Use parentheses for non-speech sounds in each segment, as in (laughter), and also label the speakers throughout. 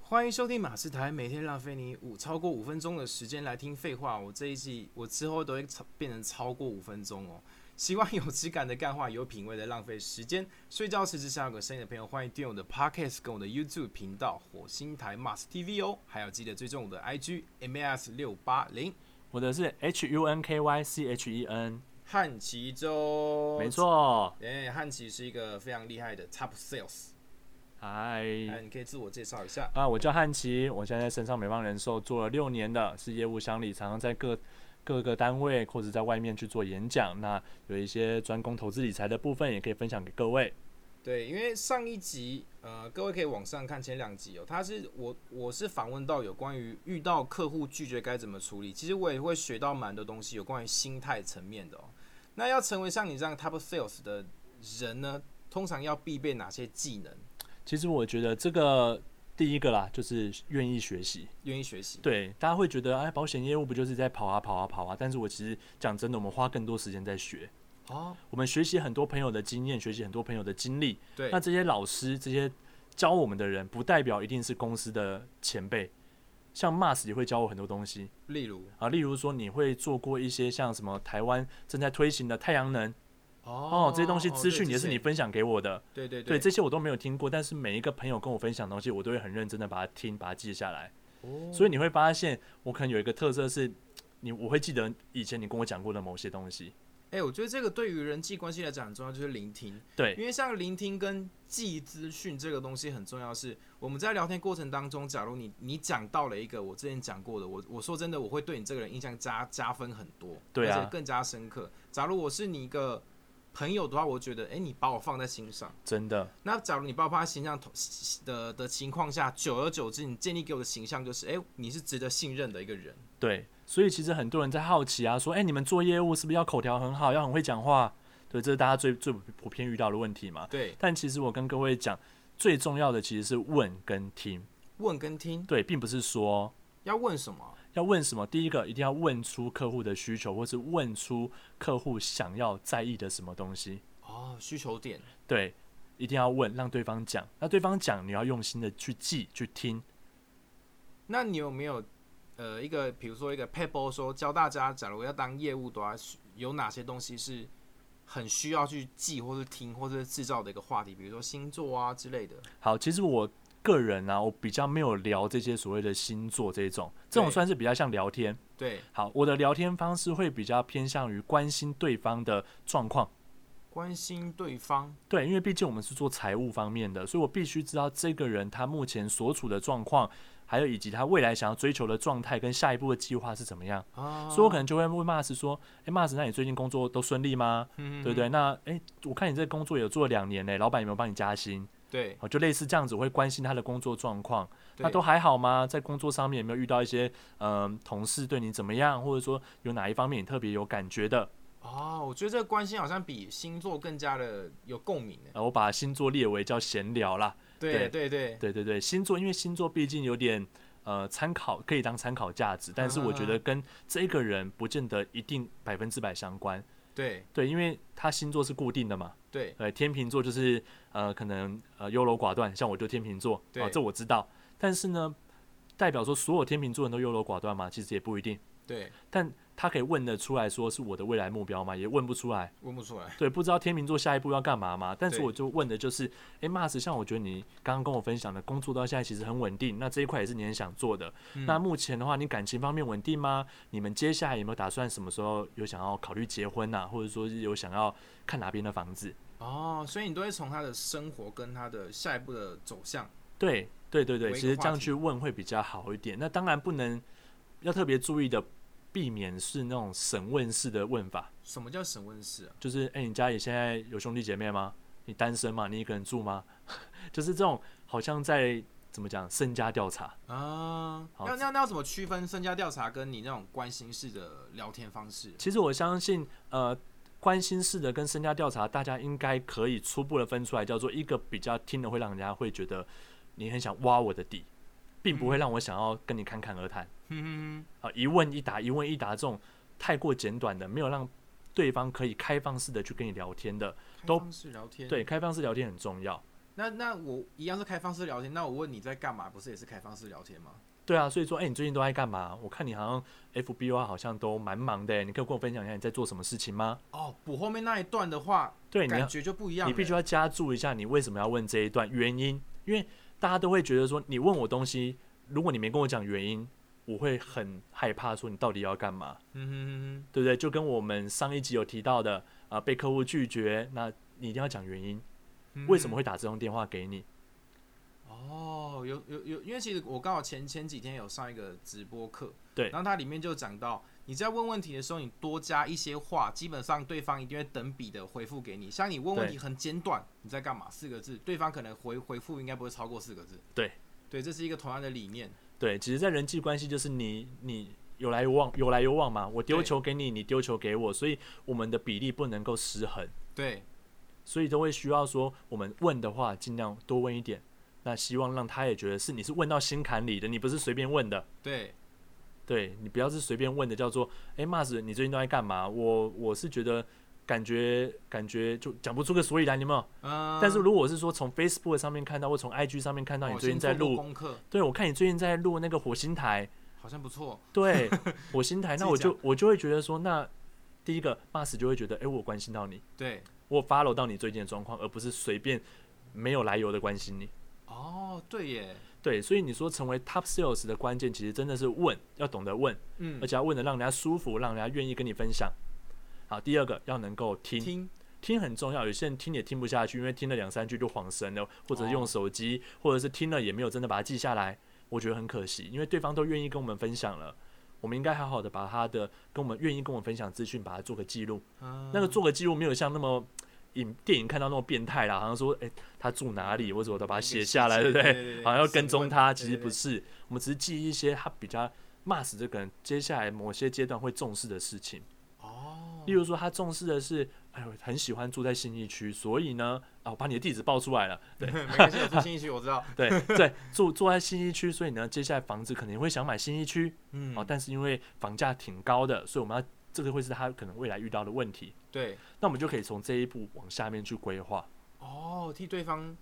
Speaker 1: 欢迎收听马斯台，每天浪费你五超过五分钟的时间来听废话。我这一季我之后都会超变成超过五分钟哦。希望有质感的干话，有品味的浪费时间。睡觉时只想有个声音的朋友，欢迎订阅我的 Podcast 跟我的 YouTube 频道火星台 Mars TV 哦。还有记得追踪我的 IG MAS 六八零
Speaker 2: 我的是 H U N K Y C H E N，
Speaker 1: 汉奇周，
Speaker 2: 没。错。
Speaker 1: 哎，汉奇是一个非常厉害的 Top Sales，
Speaker 2: 嗨，
Speaker 1: 哎，你可以自我介绍一下。
Speaker 2: 啊，我叫汉奇，我现在在深上美邦人寿做了六年的，是业务乡里，常常在各各个单位或者在外面去做演讲。那有一些专攻投资理财的部分，也可以分享给各位。
Speaker 1: 对，因为上一集，呃，各位可以往上看前两集哦。他是我，我是访问到有关于遇到客户拒绝该怎么处理。其实我也会学到蛮多东西，有关于心态层面的哦。那要成为像你这样 top sales 的人呢，通常要必备哪些技能？
Speaker 2: 其实我觉得这个第一个啦，就是愿意学习。
Speaker 1: 愿意学习？
Speaker 2: 对，大家会觉得，哎，保险业务不就是在跑啊跑啊跑啊？但是我其实讲真的，我们花更多时间在学，
Speaker 1: 哦，
Speaker 2: 我们学习很多朋友的经验，学习很多朋友的经历，
Speaker 1: 对
Speaker 2: 那，这些老师、这些教我们的人，不代表一定是公司的前辈。像 Mas 也会教我很多东西
Speaker 1: 例如，
Speaker 2: 啊，例如说你会做过一些像什么台湾正在推行的太阳能
Speaker 1: 哦
Speaker 2: 哦，这些东西资讯也是你
Speaker 1: 分，
Speaker 2: 分享给我的，
Speaker 1: 对对
Speaker 2: 对，这些我都没有听过，但是每一个朋友跟我分享的东西，我都会很认真的把它听，把它记下来。
Speaker 1: 哦
Speaker 2: 所以你会发现，我可能有一个特色是，你我会记得以前你跟我讲过的某些东西。
Speaker 1: 哎、我觉得这个对于人际关系来讲很重要，就是聆听。
Speaker 2: 对
Speaker 1: 因为像聆听跟记资讯这个东西很重要是，我们在聊天过程当中，假如你你讲到了一个我之前讲过的，我我说真的，我会对你这个人印象加加分很多，
Speaker 2: 对啊
Speaker 1: 而且更加深刻。假如我是你一个朋友的话，我觉得哎、你把我放在心上。
Speaker 2: 真的，
Speaker 1: 那假如你把我放在心上同的的情况下，久而久之，你建立给我的形象就是哎、你是值得信任的一个人。
Speaker 2: 对，所以其实很多人在好奇啊，说，哎、你们做业务是不是要口条很好，要很会讲话？对，这是大家最最普遍遇到的问题嘛。
Speaker 1: 对，
Speaker 2: 但其实我跟各位讲，最重要的其实是问跟听，
Speaker 1: 问跟听
Speaker 2: 对，并不是说
Speaker 1: 要问什么？
Speaker 2: 要问什么。第一个，一定要问出客户的需求，或是问出客户想要在意的什么东西。
Speaker 1: 哦，需求点。
Speaker 2: 对，一定要问，让对方讲。那对方讲，你要用心的去记、去听。
Speaker 1: 那你有没有呃一个，比如说一个 paper 说教大家，假如要当业务的话，有哪些东西是很需要去记或是听或是制造的一个话题，比如说星座啊之类的。
Speaker 2: 好，其实我个人啊，我比较没有聊这些所谓的星座这种，这种
Speaker 1: 对
Speaker 2: 算是比较像聊天。
Speaker 1: 对，
Speaker 2: 好，我的聊天方式会比较偏向于关心对方的状况。
Speaker 1: 关心对方。
Speaker 2: 对，因为毕竟我们是做财务方面的，所以我必须知道这个人他目前所处的状况，还有以及他未来想要追求的状态跟下一步的计划是怎么样。
Speaker 1: 啊，
Speaker 2: 所以我可能就会问 Mars 说：“诶 m a r s 那你最近工作都顺利吗？
Speaker 1: 嗯
Speaker 2: 对不对？那诶，我看你这工作有做两年嘞，老板有没有帮你加薪？
Speaker 1: 对，
Speaker 2: 哦，就类似这样子，我会关心他的工作状况。那
Speaker 1: 对
Speaker 2: 都还好吗？在工作上面有没有遇到一些嗯、呃同事对你怎么样，或者说有哪一方面你特别有感觉的？
Speaker 1: 哦，我觉得这个关心好像比星座更加的有共鸣呢。
Speaker 2: 呃，我把星座列为叫闲聊啦。
Speaker 1: 对对对，
Speaker 2: 对对对，星座因为星座毕竟有点呃参考，可以当参考价值，但是我觉得跟这个人不见得一定百分之百相关。
Speaker 1: 对
Speaker 2: 对，因为他星座是固定的嘛。
Speaker 1: 对
Speaker 2: 呃，天秤座就是呃，可能呃优柔寡断，像我就天秤座，
Speaker 1: 对
Speaker 2: 啊，这我知道。但是呢，代表说所有天秤座人都优柔寡断吗？其实也不一定。
Speaker 1: 对，
Speaker 2: 但他可以问得出来说是我的未来目标吗？也问不出来。
Speaker 1: 问不出来。
Speaker 2: 对，不知道天秤座下一步要干嘛嘛？但是
Speaker 1: 对
Speaker 2: 我就问的就是，诶 m a r s 像我觉得你刚刚跟我分享的工作到现在其实很稳定，那这一块也是你很想做的。
Speaker 1: 嗯
Speaker 2: 那目前的话，你感情方面稳定吗？你们接下来有没有打算什么时候有想要考虑结婚呐、或者说是有想要看哪边的房子？
Speaker 1: 哦，所以你都会从他的生活跟他的下一步的走向。
Speaker 2: 对对对
Speaker 1: 为
Speaker 2: 对，
Speaker 1: 一
Speaker 2: 其
Speaker 1: 个
Speaker 2: 实
Speaker 1: 话
Speaker 2: 这样
Speaker 1: 题
Speaker 2: 去问会比较好一点。那当然不能要特别注意的，避免是那种审问式的问法，
Speaker 1: 什么叫审问式啊？
Speaker 2: 就是哎、你家里现在有兄弟姐妹吗？你单身吗？你一个人住吗？ (laughs) 就是这种好像在怎么讲身家调查。
Speaker 1: 啊，
Speaker 2: 好
Speaker 1: 那那那要怎么区分身家调查跟你那种关心式的聊天方式？
Speaker 2: 其实我相信，呃，关心式的跟身家调查，大家应该可以初步的分出来，叫做一个比较听了会让人家会觉得你很想挖我的底，并不会让我想要跟你侃侃而谈。
Speaker 1: 嗯，
Speaker 2: 啊，一问一答，一问一答这种太过简短的，没有让对方可以开放式的去跟你聊天的，都
Speaker 1: 是聊天。
Speaker 2: 对，开放式聊天很重要。
Speaker 1: 那那我一样是开放式聊天，那我问你在干嘛，不是也是开放式聊天吗？
Speaker 2: 对啊，所以说，哎、你最近都在干嘛？我看你好像 FBO 啊好像都蛮忙的，欸你可以跟我分享一下你在做什么事情吗？
Speaker 1: 哦，补后面那一段的话，
Speaker 2: 对，你要
Speaker 1: 感觉就不一样欸了。
Speaker 2: 你必须要加注一下你为什么要问这一段原因，因为大家都会觉得说你问我东西，如果你没跟我讲原因，我会很害怕说你到底要干嘛，
Speaker 1: 嗯哼哼
Speaker 2: 对不对？就跟我们上一集有提到的啊、被客户拒绝，那你一定要讲原因，
Speaker 1: 哼，
Speaker 2: 为什么
Speaker 1: 会？
Speaker 2: 会打这通电话给你？
Speaker 1: 哦，有有有，因为其实我刚好前前几天有上一个直播课，
Speaker 2: 对
Speaker 1: 然后它里面就讲到，你在问问题的时候，你多加一些话，基本上对方一定会等比的回复给你。像你问问题很简短，你在干嘛？四个字，对方可能回回复应该不会超过四个字。
Speaker 2: 对，
Speaker 1: 对，这是一个同样的理念。
Speaker 2: 对，其实，在人际关系就是你你有来有往，有来有往嘛，我丢
Speaker 1: 对
Speaker 2: 球给你，你丢球给我，所以我们的比例不能够失衡。
Speaker 1: 对，
Speaker 2: 所以都会需要说，我们问的话尽量多问一点，那希望让他也觉得是你是问到心坎里的，你不是随便问的。
Speaker 1: 对，
Speaker 2: 对你不要是随便问的，叫做诶 m a s 你最近都在干嘛？我我是觉得感觉感觉就讲不出个所以然，你有没有？
Speaker 1: 嗯。
Speaker 2: 但是如果我是说从 Facebook 上面看到，或从 IG 上面看到
Speaker 1: 我
Speaker 2: 你最近
Speaker 1: 哦先
Speaker 2: 在
Speaker 1: 做过
Speaker 2: 录，
Speaker 1: 功课，
Speaker 2: 对我看你最近在录那个火星台，
Speaker 1: 好像不错。
Speaker 2: 对火星
Speaker 1: (laughs)
Speaker 2: 台，
Speaker 1: 自
Speaker 2: 那
Speaker 1: 己
Speaker 2: 我就我就会觉得说，那第一个 m a s 就会觉得，诶，我关心到你。
Speaker 1: 对，
Speaker 2: 我 follow 到你最近的状况，而不是随便没有来由的关心你。
Speaker 1: 哦，对耶，
Speaker 2: 对，所以你说成为 top sales 的关键，其实真的是问，要懂得问，
Speaker 1: 嗯
Speaker 2: 而，且要问的让人家舒服，让人家愿意跟你分享。好，第二个要能够听，听
Speaker 1: 听，
Speaker 2: 很重要。有些人听也听不下去，因为听了两三句就晃神了，或者是用
Speaker 1: 哦
Speaker 2: 手机，或者是听了也没有真的把它记下来，我觉得很可惜，因为对方都愿意跟我们分享了。我们应该好好的把他的跟我们愿意跟我们分享资讯，把它做个记录，
Speaker 1: 嗯
Speaker 2: 那个做个记录没有像那么影电影看到那么变态啦，好像说诶，哎他住哪里或者我都把它写下来，对
Speaker 1: 对
Speaker 2: 不
Speaker 1: 对
Speaker 2: 对？好像要跟踪他，其
Speaker 1: 审
Speaker 2: 实
Speaker 1: 问
Speaker 2: 不是，我们只是记一些他比较 Mas 这个人接下来某些阶段会重视的事情，
Speaker 1: 哦，
Speaker 2: 例如说他重视的是，哎呦，很喜欢住在信义区，所以呢，啊，我把你的地址报出来了，对
Speaker 1: 没关系，我住新一区，我知道。
Speaker 2: 对对，住住在信义区，所以呢，接下来房子可能会想买信义区，
Speaker 1: 嗯
Speaker 2: 哦，，但是因为房价挺高的，所以我们要这个会是他可能未来遇到的问题，
Speaker 1: 对，
Speaker 2: 那我们就可以从这一步往下面去规划。
Speaker 1: 哦，替对方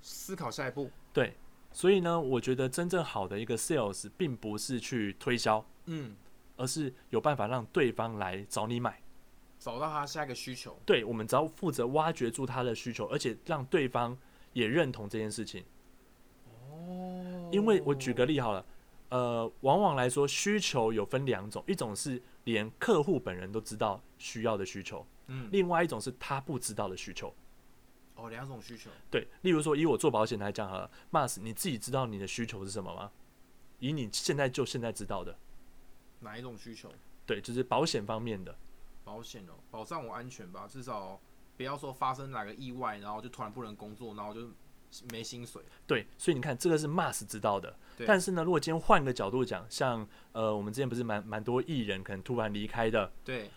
Speaker 1: 思考下一步。
Speaker 2: 对，所以呢，我觉得真正好的一个 sales 并不是去推销，
Speaker 1: 嗯，
Speaker 2: 而是有办法让对方来找你买。
Speaker 1: 找到他下一个需求。
Speaker 2: 对，我们只要负责挖掘住他的需求，而且让对方也认同这件事情。
Speaker 1: 哦
Speaker 2: 因为我举个例好了，呃，往往来说，需求有分两种，一种是连客户本人都知道需要的需求，
Speaker 1: 嗯，
Speaker 2: 另外一种是他不知道的需求。
Speaker 1: 哦，两种需求。
Speaker 2: 对，例如说，以我做保险来讲好了，Mas，你自己知道你的需求是什么吗？以你现在就现在知道的，
Speaker 1: 哪一种需求？
Speaker 2: 对，就是保险方面的。
Speaker 1: 保险哦，保障我安全吧，至少不要说发生哪个意外，然后就突然不能工作，然后就没薪水。
Speaker 2: 对，所以你看，这个是 Mas 知道的。
Speaker 1: 对
Speaker 2: 但是呢，如果今天换个角度讲，像呃，我们之前不是蛮蛮多艺人可能突然离开的，
Speaker 1: 对，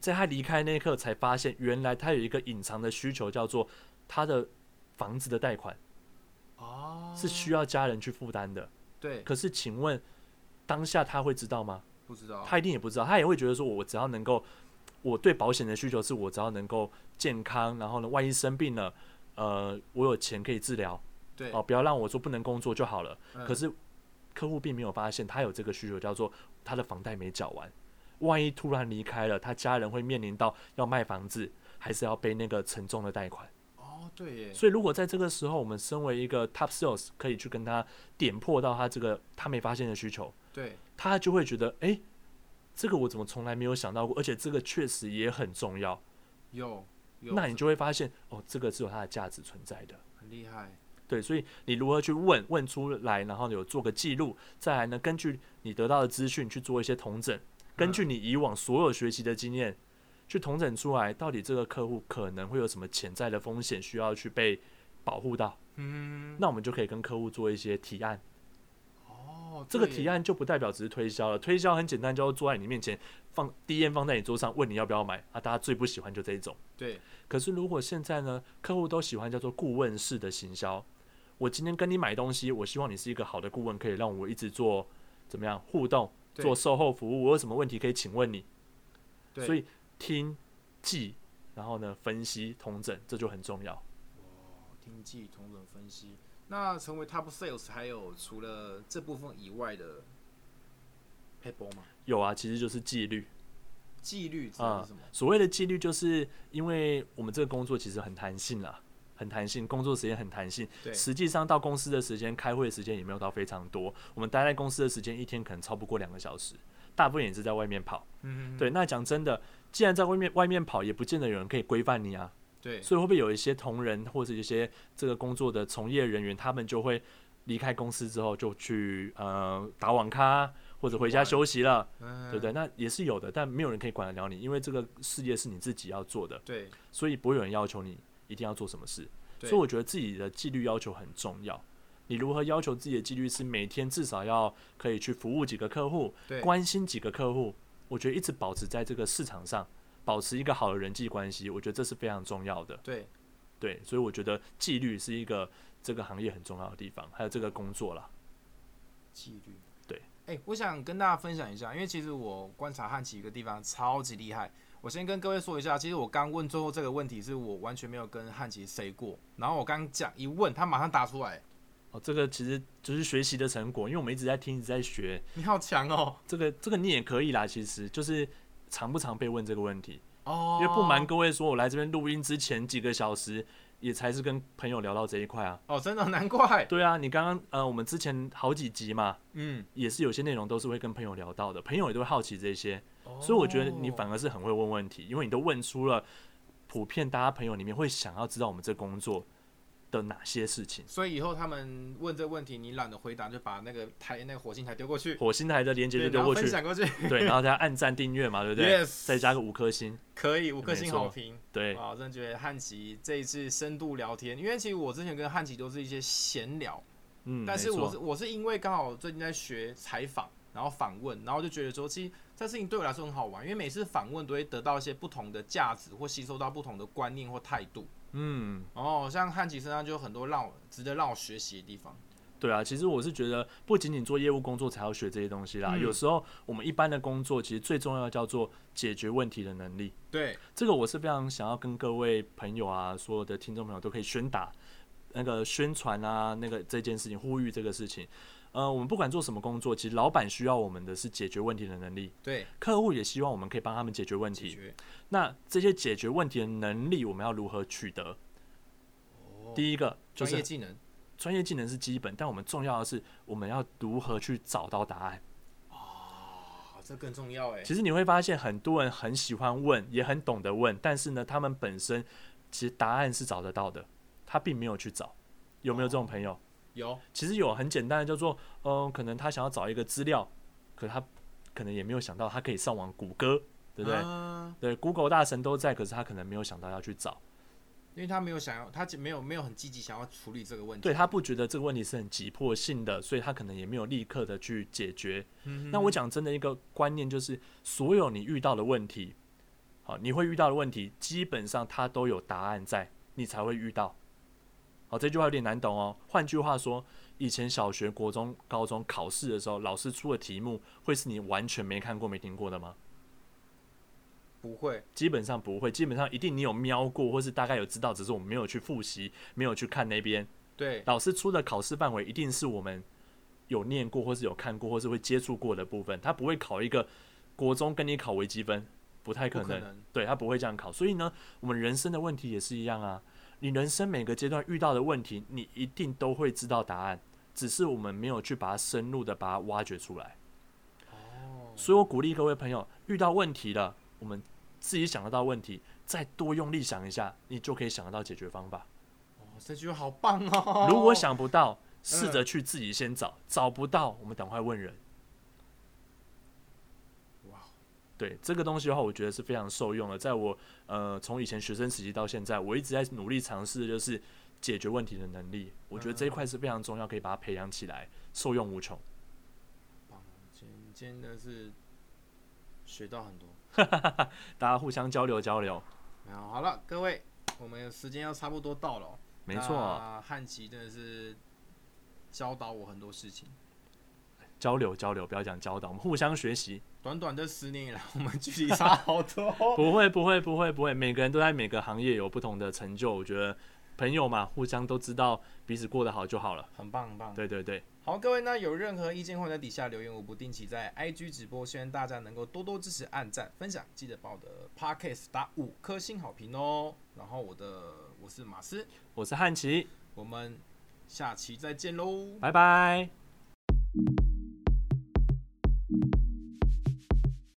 Speaker 2: 在他离开那一刻才发现，原来他有一个隐藏的需求，叫做他的房子的贷款
Speaker 1: 哦，
Speaker 2: 是需要家人去负担的。
Speaker 1: 对，
Speaker 2: 可是，请问当下他会知道吗？
Speaker 1: 不知道。
Speaker 2: 他一定也不知道，他也会觉得说，我只要能够，我对保险的需求是我只要能够健康，然后呢，万一生病了，呃，我有钱可以治疗。
Speaker 1: 对，
Speaker 2: 哦，不要让我说不能工作就好了。
Speaker 1: 嗯
Speaker 2: 可是客户并没有发现他有这个需求，叫做他的房贷没缴完，万一突然离开了，他家人会面临到要卖房子，还是要背那个沉重的贷款。
Speaker 1: 哦，对耶，
Speaker 2: 所以如果在这个时候，我们身为一个 top sales，可以去跟他点破到他这个他没发现的需求，
Speaker 1: 对，
Speaker 2: 他就会觉得，诶，这个我怎么从来没有想到过，而且这个确实也很重要。
Speaker 1: 有有，
Speaker 2: 那你就会发现，哦，这个是有它的价值存在的。
Speaker 1: 很厉害。
Speaker 2: 对，所以你如何去问问出来，然后有做个记录，再来呢，根据你得到的资讯去做一些统整，根
Speaker 1: 嗯
Speaker 2: 据你以往所有学习的经验去统整出来，到底这个客户可能会有什么潜在的风险需要去被保护到，
Speaker 1: 嗯，
Speaker 2: 那我们就可以跟客户做一些提案。
Speaker 1: 哦，
Speaker 2: 这个
Speaker 1: 对耶
Speaker 2: 提案就不代表只是推销了，推销很简单，就坐在你面前放第一烟放在你桌上，问你要不要买啊，大家最不喜欢就这一种。
Speaker 1: 对，
Speaker 2: 可是如果现在呢，客户都喜欢叫做顾问式的行销，我今天跟你买东西，我希望你是一个好的顾问，可以让我一直做怎么样互动，
Speaker 1: 对
Speaker 2: 做售后服务，我有什么问题可以请问你。
Speaker 1: 对
Speaker 2: 所以听、记，然后呢分析、同整，这就很重要。
Speaker 1: 听绩与同等分析。那成为 Top Sales 还有除了这部分以外的 p a p e 吗？
Speaker 2: 有啊，其实就是纪律。
Speaker 1: 纪律指的是什么？
Speaker 2: 所谓的纪律，就是因为我们这个工作其实很弹性啦，很弹性，工作时间很弹性。
Speaker 1: 对
Speaker 2: 实际上到公司的时间、开会的时间也没有到非常多，我们待在公司的时间一天可能超不过两个小时，大部分也是在外面跑。
Speaker 1: 嗯，
Speaker 2: 对，那讲真的，既然在外面外面跑，也不见得有人可以规范你啊。
Speaker 1: 对，
Speaker 2: 所以会不会有一些同仁或者一些这个工作的从业人员，他们就会离开公司之后就去呃打网咖或者回家休息了，
Speaker 1: 嗯，
Speaker 2: 对不对？那也是有的，但没有人可以管得了你，因为这个事业是你自己要做的，
Speaker 1: 对
Speaker 2: 所以不会有人要求你一定要做什么事。
Speaker 1: 对
Speaker 2: 所以我觉得自己的纪律要求很重要。你如何要求自己的纪律是每天至少要可以去服务几个客户，
Speaker 1: 对
Speaker 2: 关心几个客户，我觉得一直保持在这个市场上，保持一个好的人际关系，我觉得这是非常重要的。
Speaker 1: 对，
Speaker 2: 对，所以我觉得纪律是一个这个行业很重要的地方，还有这个工作啦。
Speaker 1: 纪律。
Speaker 2: 对，
Speaker 1: 哎、我想跟大家分享一下，因为其实我观察汉奇一个地方超级厉害。我先跟各位说一下，其实我刚问最后这个问题，是我完全没有跟汉奇 say 过。然后我刚讲一问，他马上答出来，
Speaker 2: 哦，这个其实就是学习的成果，因为我们一直在听，一直在学。
Speaker 1: 你好强哦！
Speaker 2: 这个这个你也可以啦，其实就是常不常被问这个问题。
Speaker 1: 哦
Speaker 2: 因为不瞒各位说，我来这边录音之前几个小时，也才是跟朋友聊到这一块啊。
Speaker 1: 哦，真的难怪。
Speaker 2: 对啊，你刚刚呃，我们之前好几集嘛，
Speaker 1: 嗯，
Speaker 2: 也是有些内容都是会跟朋友聊到的，朋友也都会好奇这些，所以我觉得
Speaker 1: 哦
Speaker 2: 你反而是很会问问题，因为你都问出了普遍大家朋友里面会想要知道我们这工作的哪些事情。
Speaker 1: 所以以后他们问这问题，你懒得回答，就把那个台那个火星台丢过去，
Speaker 2: 火星台的连接就
Speaker 1: 然
Speaker 2: 丢
Speaker 1: 后
Speaker 2: 过
Speaker 1: 分
Speaker 2: 去，
Speaker 1: 享过去，
Speaker 2: 对，然后大家按赞订阅嘛，对不对
Speaker 1: (laughs) Yes
Speaker 2: 再加个五颗星，
Speaker 1: 可以五颗星
Speaker 2: 没错
Speaker 1: 好评。
Speaker 2: 对，
Speaker 1: 哇，我真的觉得汉奇这一次深度聊天，因为其实我之前跟汉奇都是一些闲聊，
Speaker 2: 嗯，
Speaker 1: 但是
Speaker 2: 没
Speaker 1: 我
Speaker 2: 错
Speaker 1: 是我是因为刚好最近在学采访，然后访问，然后就觉得说，其实这事情对我来说很好玩，因为每次访问都会得到一些不同的价值，或吸收到不同的观念或态度。
Speaker 2: 嗯。
Speaker 1: 哦，像汉奇身上就有很多让我值得让我学习的地方。
Speaker 2: 对啊，其实我是觉得不仅仅做业务工作才要学这些东西啦，
Speaker 1: 嗯
Speaker 2: 有时候我们一般的工作其实最重要的叫做解决问题的能力。
Speaker 1: 对，
Speaker 2: 这个我是非常想要跟各位朋友啊，所有的听众朋友都可以宣达那个宣传啊，那个这件事情，呼吁这个事情。呃，我们不管做什么工作，其实老板需要我们的是解决问题的能力，
Speaker 1: 对，
Speaker 2: 客户也希望我们可以帮他们解决问
Speaker 1: 解
Speaker 2: 题。
Speaker 1: 决。
Speaker 2: 那这些解决问题的能力，我们要如何取得？
Speaker 1: 哦，
Speaker 2: 第一个就
Speaker 1: 专
Speaker 2: 是
Speaker 1: 业技能。
Speaker 2: 专业技能是基本，但我们重要的是我们要如何去找到答案。
Speaker 1: 啊，这更重要哎。
Speaker 2: 其实你会发现，很多人很喜欢问，也很懂得问，但是呢，他们本身其实答案是找得到的，他并没有去找。有没有这种朋友？
Speaker 1: 有，
Speaker 2: 其实有很简单的，叫做，嗯、可能他想要找一个资料，可他可能也没有想到他可以上网谷歌，对不对？
Speaker 1: 啊
Speaker 2: 对，Google 大神都在，可是他可能没有想到要去找，
Speaker 1: 因为他没有想要，他没有没有很积极想要处理这个问题。
Speaker 2: 对他不觉得这个问题是很急迫性的，所以他可能也没有立刻的去解决。
Speaker 1: 嗯哼
Speaker 2: 那我讲真的一个观念就是，所有你遇到的问题，好，你会遇到的问题，基本上它都有答案在，你才会遇到。好，这句话有点难懂哦。换句话说，以前小学、国中、高中考试的时候，老师出的题目会是你完全没看过、没听过的吗？
Speaker 1: 不会，
Speaker 2: 基本上不会，基本上一定你有瞄过，或是大概有知道，只是我们没有去复习，没有去看那边。
Speaker 1: 对，
Speaker 2: 老师出的考试范围一定是我们有念过，或是有看过，或是会接触过的部分。他不会考一个国中跟你考微积分，不太可
Speaker 1: 不
Speaker 2: 能。
Speaker 1: 可能。
Speaker 2: 对他不会这样考。所以呢，我们人生的问题也是一样啊。你人生每个阶段遇到的问题，你一定都会知道答案，只是我们没有去把它深入的把它挖掘出来。
Speaker 1: 哦，
Speaker 2: 所以我鼓励各位朋友，遇到问题了，我们自己想得到问题，再多用力想一下，你就可以想得到解决方法。
Speaker 1: 哦这句话好棒哦。嗯
Speaker 2: (laughs) 如果想不到，试着去自己先找，找不到我们赶快问人。
Speaker 1: 哇哦，
Speaker 2: 对这个东西的话，我觉得是非常受用的。在我呃从以前学生时期到现在，我一直在努力尝试的就是解决问题的能力。我觉得这一块是非常重要，可以把它培养起来，受用无穷。
Speaker 1: 哦今今天真的是学到很多。
Speaker 2: 大家互相交流交
Speaker 1: 啊
Speaker 2: 流，
Speaker 1: 然后好了，各位，我们时间要差不多到了哦。
Speaker 2: 没错，
Speaker 1: 那汉奇真的是教导我很多事情。
Speaker 2: 交流交流，不要讲教导，我们互相学习。
Speaker 1: 短短这十年以来，我们距离
Speaker 2: (laughs)
Speaker 1: 差好多哦。
Speaker 2: 不会不会不会不会，每个人都在每个行业有不同的成就，我觉得朋友嘛，互相都知道彼此过得好就好了。
Speaker 1: 很棒很棒。
Speaker 2: 对对对，
Speaker 1: 好，各位呢有任何意见或者底下留言，我不定期在 IG 直播，希望大家能够多多支持、按赞、分享，记得帮我的 Podcast 打五颗星好评哦。然后我的我是马斯，
Speaker 2: 我是汉奇，
Speaker 1: 我们下期再见喽，
Speaker 2: 拜拜。